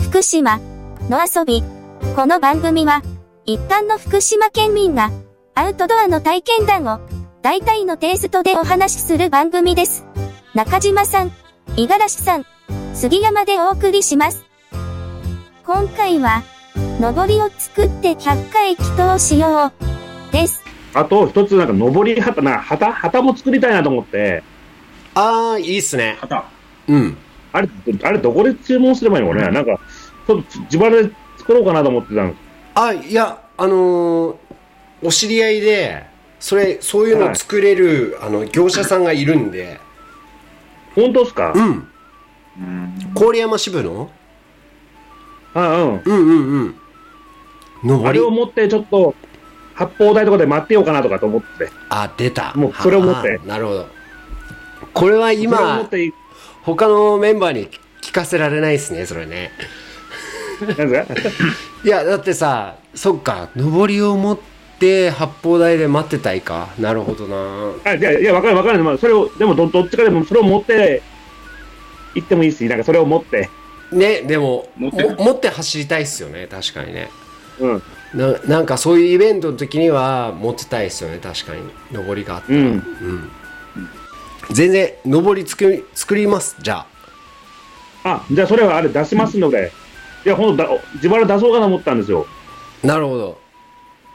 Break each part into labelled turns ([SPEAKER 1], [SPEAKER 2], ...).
[SPEAKER 1] 福島の遊び。この番組は、一般の福島県民が、アウトドアの体験談を、大体のテイストでお話しする番組です。中島さん、五十嵐さん、杉山でお送りします。今回は、上りを作って100回祈祷しよう、です。
[SPEAKER 2] あと、一つなんか、登り旗、な、旗、旗も作りたいなと思って、
[SPEAKER 3] あー、いいっすね。
[SPEAKER 2] 旗
[SPEAKER 3] うん。
[SPEAKER 2] あれ、あれ、どこで注文すればいいのかね、なんか、ちょっと自腹で作ろうかなと思ってたんです
[SPEAKER 3] あ、いや、あのーお知り合いで、それ、そういうの作れる、あの、業者さんがいるんで、
[SPEAKER 2] 本当ですか
[SPEAKER 3] うん。郡山支部の
[SPEAKER 2] あうん。
[SPEAKER 3] うんうんうん。の
[SPEAKER 2] あれ
[SPEAKER 3] り
[SPEAKER 2] を持って、ちょっと、発泡台とかで待ってようかなとかと思って。
[SPEAKER 3] あ、出た。
[SPEAKER 2] もうこれを持って
[SPEAKER 3] あなるほど。これは
[SPEAKER 2] それを持
[SPEAKER 3] 今
[SPEAKER 2] っ、 てい
[SPEAKER 3] 他のメンバーに聞かせられないですね、それね。
[SPEAKER 2] なんですか
[SPEAKER 3] いや、だってさ、そっか、上りを持って八方台で待ってたいか。なるほどな。
[SPEAKER 2] あ、じゃあ、いや、わかるわかる。まあ、それを、でもど、どっちかでも、それを持って、行ってもいいし、なんか、それを持って。
[SPEAKER 3] ね、でも、も
[SPEAKER 4] 持ってる
[SPEAKER 3] 持って走りたいっすよね、確かにね。
[SPEAKER 2] うん。
[SPEAKER 3] ななんかそういうイベントの時には持ってたいっすよね、確かに。上りがあって。
[SPEAKER 2] うん。
[SPEAKER 3] うん。全然、上り作り作ります、じゃあ。
[SPEAKER 2] あ、じゃあ、それはあれ出しますので。いや、ほんとだ、自腹出そうかなと思ったんですよ。
[SPEAKER 3] なるほど。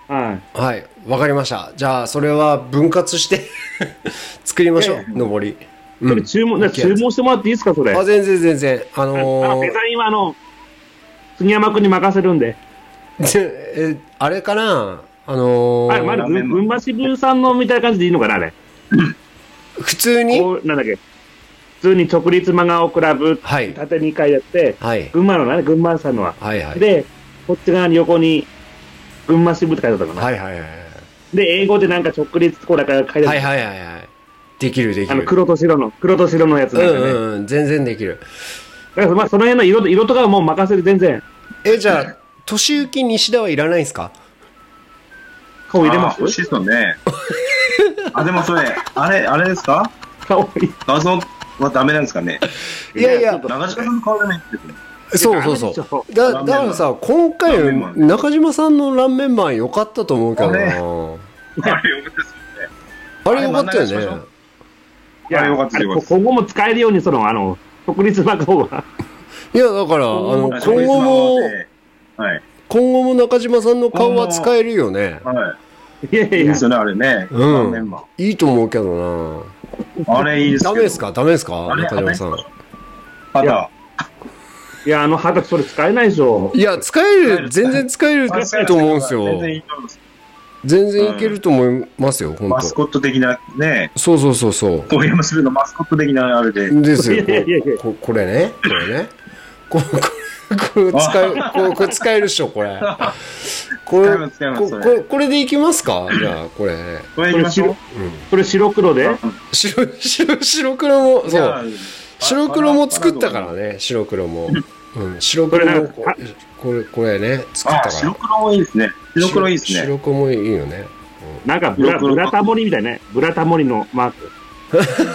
[SPEAKER 2] はい。
[SPEAKER 3] はい、わかりました。じゃあ、それは分割して 作りましょ
[SPEAKER 2] え
[SPEAKER 3] う、上り。う
[SPEAKER 2] それ
[SPEAKER 3] ん。
[SPEAKER 2] 注文、ね
[SPEAKER 3] 大きいやつ
[SPEAKER 2] 注文してもらっていいですか、それ。
[SPEAKER 3] あ、
[SPEAKER 2] あ
[SPEAKER 3] 全然全然。あ
[SPEAKER 2] の、
[SPEAKER 3] の
[SPEAKER 2] デ
[SPEAKER 3] ー
[SPEAKER 2] ザインはあの、杉山君に任せるんで。
[SPEAKER 3] え、あれかなあの
[SPEAKER 2] あ
[SPEAKER 3] ー
[SPEAKER 2] れ、まだ、
[SPEAKER 4] ダメ
[SPEAKER 2] 群群馬支部さんのみたいな感じでいいのかな、あれ。
[SPEAKER 3] 普通に
[SPEAKER 2] こう、なんだっけ。普通に直立真顔クラブ、
[SPEAKER 3] はい。
[SPEAKER 2] 縦2回やって、
[SPEAKER 3] はい。
[SPEAKER 2] 群馬のね、群馬さんのは。
[SPEAKER 3] はいはい。
[SPEAKER 2] で、こっち側に横に、群馬支部って書いてあったかな。
[SPEAKER 3] はいはいはい。
[SPEAKER 2] で、英語でなんか直立こうだから書いてあ
[SPEAKER 3] は
[SPEAKER 2] っ
[SPEAKER 3] い
[SPEAKER 2] た。
[SPEAKER 3] はいはいはい。できるでき
[SPEAKER 2] あの、
[SPEAKER 3] る。
[SPEAKER 2] 黒と白の、黒と白のやつ
[SPEAKER 3] う
[SPEAKER 2] なん
[SPEAKER 3] ん
[SPEAKER 2] かね。
[SPEAKER 3] うんうん、全然できる。
[SPEAKER 2] だから、まあ、その辺の色、色とかはもう任せる、全然。
[SPEAKER 3] え、じゃあ、年行き西田はいらないですか
[SPEAKER 2] 顔入れま
[SPEAKER 4] あー美味
[SPEAKER 2] す
[SPEAKER 4] しいっすよね。あ、でもそれ、あれ、あれですか
[SPEAKER 2] 顔入れ
[SPEAKER 4] 画像はダメなんですかね。
[SPEAKER 3] いやいや、
[SPEAKER 4] 長嶋さんの顔じゃないってこと
[SPEAKER 3] そうそうそ
[SPEAKER 2] ダメでしょ
[SPEAKER 3] う。だ、だからさ、今回
[SPEAKER 4] ラーメンマ、ン
[SPEAKER 3] 中島さんのラーメンマン良かったと思うけどな
[SPEAKER 4] あれ
[SPEAKER 3] あ
[SPEAKER 4] あれ、
[SPEAKER 3] れ良かった
[SPEAKER 4] あれ真ん中にしましょ
[SPEAKER 3] よね
[SPEAKER 4] う。いやよかったですよ
[SPEAKER 2] あれ今後も使えるように、その、あの、直立真顔は。
[SPEAKER 3] いや、だから、あの、
[SPEAKER 2] 今
[SPEAKER 3] 今
[SPEAKER 4] よ
[SPEAKER 3] 後も、
[SPEAKER 4] はい。
[SPEAKER 3] 今後も中島さんの顔は使えるよね。
[SPEAKER 4] はい
[SPEAKER 2] やいや
[SPEAKER 4] い。い
[SPEAKER 2] い
[SPEAKER 4] い
[SPEAKER 2] や
[SPEAKER 4] で、すよね、あれね。
[SPEAKER 3] うん
[SPEAKER 4] メンバ
[SPEAKER 3] いいと思うけどな。
[SPEAKER 4] ーあれいいですけど
[SPEAKER 3] ダメですかダメですか
[SPEAKER 4] あれ
[SPEAKER 3] 中島さん。
[SPEAKER 4] あ
[SPEAKER 2] い
[SPEAKER 4] た
[SPEAKER 2] や、いやあの肌、それ使えないでしょ。
[SPEAKER 3] いや、使え
[SPEAKER 4] 使え
[SPEAKER 3] る、
[SPEAKER 4] る
[SPEAKER 3] 全然使えると思うんですよ。
[SPEAKER 4] 全然いいと思います
[SPEAKER 3] 全然いけると思いますよ、本
[SPEAKER 4] マス
[SPEAKER 3] 当
[SPEAKER 4] コット的なね、
[SPEAKER 3] そうそうそうそ
[SPEAKER 4] 小山支部のマスコット的なあれで。
[SPEAKER 3] う。ですよ
[SPEAKER 2] いやいやいや、
[SPEAKER 3] こここれね、これね。ここれ、これ使え、これこれ使えるっしょ、これ。こ
[SPEAKER 4] 使
[SPEAKER 3] れ
[SPEAKER 4] い、ます使います
[SPEAKER 3] こ
[SPEAKER 4] それ
[SPEAKER 3] これ、これでいきますかじゃあ、これ。
[SPEAKER 4] これいきましょう。
[SPEAKER 2] それ白黒で
[SPEAKER 3] 白、白、白黒も、
[SPEAKER 4] じ
[SPEAKER 3] そ
[SPEAKER 4] ゃあ
[SPEAKER 3] う。白黒も作ったから。ね、白黒も。うん、白黒もこ
[SPEAKER 2] これなん、
[SPEAKER 3] これ、これね、作っ
[SPEAKER 4] あ、
[SPEAKER 3] たか
[SPEAKER 4] 白
[SPEAKER 3] ら。
[SPEAKER 4] 黒もいいですね。白黒いいですね。
[SPEAKER 3] 白黒もいいよね。
[SPEAKER 2] なんかブラ、
[SPEAKER 4] 白黒
[SPEAKER 2] ブラタモリみたいね。ブラタモリのマーク。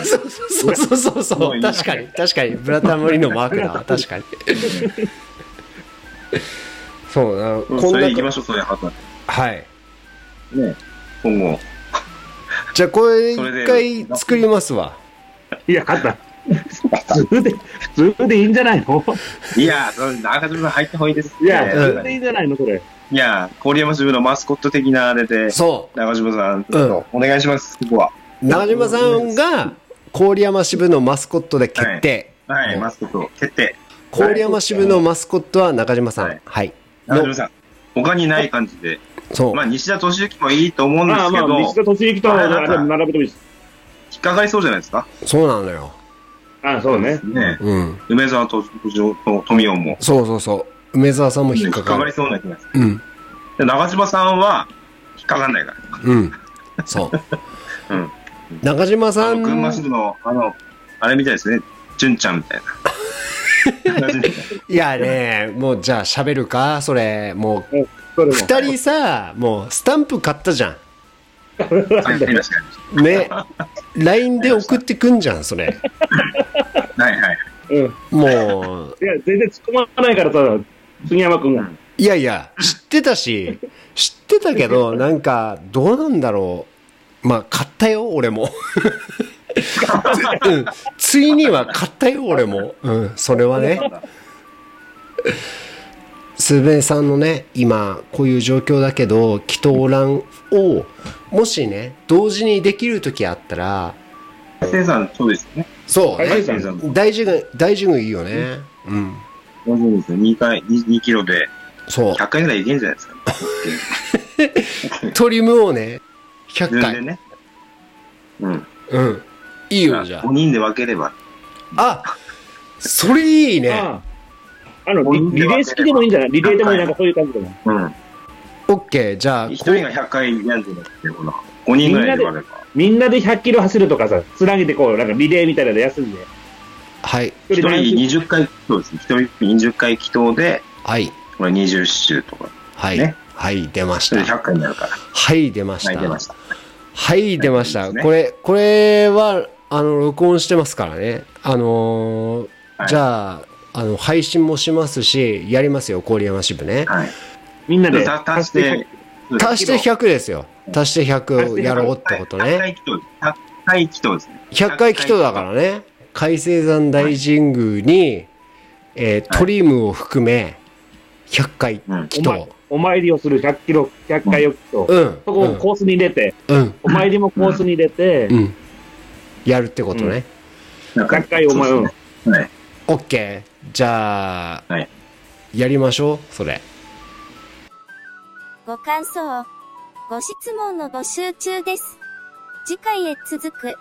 [SPEAKER 3] そうそうそうそう
[SPEAKER 4] も
[SPEAKER 3] そうう
[SPEAKER 4] いいね
[SPEAKER 3] 確かに確かにブラタモリのマー クだ確かにそうな
[SPEAKER 4] うん
[SPEAKER 3] こ
[SPEAKER 4] そ
[SPEAKER 3] ん
[SPEAKER 4] れ
[SPEAKER 3] ない
[SPEAKER 4] きましょう、それ、はた。
[SPEAKER 3] はい
[SPEAKER 4] ね、今後。
[SPEAKER 3] じゃあこれ
[SPEAKER 4] それで
[SPEAKER 3] 一回作りますわ
[SPEAKER 2] いや、勝った。普通で、普通でいいんじゃないの
[SPEAKER 4] いや、中島さん入った方がいいです。
[SPEAKER 2] いや、
[SPEAKER 3] うん
[SPEAKER 2] 普通でいいんじゃないのそれ。
[SPEAKER 4] いや、郡山支部のマスコット的なあれで、
[SPEAKER 3] そ
[SPEAKER 4] 中島さん、
[SPEAKER 3] うん
[SPEAKER 4] お願いします、ここは。
[SPEAKER 3] う中島さんが郡山支部のマスコットで決定、
[SPEAKER 4] はい、
[SPEAKER 3] うん
[SPEAKER 4] マスコット決定。
[SPEAKER 3] 郡山支部のマスコットは中島さんは
[SPEAKER 4] はいい、中島
[SPEAKER 3] の
[SPEAKER 4] さん、他にない感じで。
[SPEAKER 3] そう、
[SPEAKER 4] まあ、西田敏行もいいと思うんです
[SPEAKER 2] ああ、
[SPEAKER 4] け
[SPEAKER 2] まあ、
[SPEAKER 4] ど、
[SPEAKER 2] 西田栃木とあれ並べてもいいです。
[SPEAKER 4] 引っかかりそうじゃないですか。
[SPEAKER 3] そうなのよ
[SPEAKER 2] ああ、そうね。
[SPEAKER 4] ね、
[SPEAKER 3] うん
[SPEAKER 4] 梅沢と富雄も。
[SPEAKER 3] そうそうそう梅沢さんも引
[SPEAKER 4] 引
[SPEAKER 3] っ
[SPEAKER 4] っ
[SPEAKER 3] か
[SPEAKER 4] か
[SPEAKER 3] か
[SPEAKER 4] か
[SPEAKER 3] る
[SPEAKER 4] りそうな気がする。
[SPEAKER 3] うん
[SPEAKER 4] で中島さんは、引っかかんないか
[SPEAKER 3] うんそう
[SPEAKER 4] ら。うん。
[SPEAKER 3] 中島
[SPEAKER 4] あ
[SPEAKER 3] さ
[SPEAKER 4] の、
[SPEAKER 3] ん
[SPEAKER 4] 群馬支部の、あの、あれみたいですね。純ちゃんみたい な。感じで
[SPEAKER 3] いやね、もうじゃあ喋るか、それ、もう、
[SPEAKER 2] それも。
[SPEAKER 3] 二人さ、もうスタンプ買ったじゃ
[SPEAKER 4] はい確かに
[SPEAKER 3] ん。 ね、LINE で送ってくんじゃん、それ。
[SPEAKER 4] はいはい。
[SPEAKER 2] うん。
[SPEAKER 3] もう、
[SPEAKER 2] いや、全然突っ込まないからさ、杉山君が。
[SPEAKER 3] いやいや、知ってたし、知ってたけ ど、なんか、どうなんだろう。まあ、買ったよ、俺 も。つうん、ついには買ったよ、俺も。うん、それはね。すべさんのね、今、こういう状況だけど、祈祷欄を、もしね、同時にできる時あったら、
[SPEAKER 4] 生産、そうですよね。
[SPEAKER 3] そう、
[SPEAKER 2] 大
[SPEAKER 3] ね、
[SPEAKER 2] 事
[SPEAKER 4] 生産、
[SPEAKER 3] 大事軍、大事軍いいよね。うん。
[SPEAKER 4] 大丈夫ですね。2回、2, キロで
[SPEAKER 3] そう。
[SPEAKER 4] 100回ぐらいいけんじゃないですか、ね。
[SPEAKER 3] トリムをね、100
[SPEAKER 4] 自分で
[SPEAKER 3] 回。
[SPEAKER 4] ね。うん。
[SPEAKER 3] うん。いいよ、じゃ
[SPEAKER 4] 5人で分ければ。
[SPEAKER 3] あ。あ、それいいね。
[SPEAKER 2] あああのリ、リレー式でもいいんじゃないリレーでもなんかそういう感じでも。
[SPEAKER 4] うん。
[SPEAKER 3] オッケー、じゃあ、
[SPEAKER 4] 1人が100回やんじゃなくて、ほら、5人ぐらいで分ければ。
[SPEAKER 2] みんなで100キロ走るとかさ、つなげてこう、なんかリレーみたいなの休んで。
[SPEAKER 3] はい、
[SPEAKER 2] 一
[SPEAKER 4] 一人
[SPEAKER 2] 何周
[SPEAKER 4] 20回、そうですね。1人20回祈祷で、
[SPEAKER 3] はい、
[SPEAKER 4] これ20周とか。
[SPEAKER 3] はい、
[SPEAKER 4] ね
[SPEAKER 3] はい、出まし
[SPEAKER 4] それで
[SPEAKER 3] た。
[SPEAKER 4] 100回になるから。
[SPEAKER 3] はい、出まし
[SPEAKER 4] 泣いてま
[SPEAKER 3] た
[SPEAKER 4] し。た。
[SPEAKER 3] はい、出ました。
[SPEAKER 4] はいですね
[SPEAKER 3] これ、これは、あの、録音してますからね。あのー
[SPEAKER 4] はい
[SPEAKER 3] じゃあ、あの、配信もしますし、やりますよ、郡山支部ね。
[SPEAKER 4] はい。
[SPEAKER 2] みんなで。
[SPEAKER 4] た足して、
[SPEAKER 3] 足して100ですよ。足して100をやろうってこと
[SPEAKER 4] 100
[SPEAKER 3] ね。
[SPEAKER 4] 回祈祷です。100回祈祷ですね。
[SPEAKER 3] 100回祈祷だからね。海星山大神宮に、えートリムを含め、100回
[SPEAKER 4] うん。
[SPEAKER 3] 祈
[SPEAKER 2] おま
[SPEAKER 3] 祷。
[SPEAKER 2] お参りをする100キロ、100回をと、
[SPEAKER 3] うん。
[SPEAKER 2] そこをコースに入れて、
[SPEAKER 3] うん。うん。
[SPEAKER 2] お参りもコースに入れて、
[SPEAKER 3] うん。やるってことね。
[SPEAKER 2] 100回お参り、
[SPEAKER 4] はい。
[SPEAKER 3] オッケー。じゃあ、
[SPEAKER 4] はい
[SPEAKER 3] やりましょう、それ。
[SPEAKER 1] ご感想、ご質問の募集中です。次回へ続く。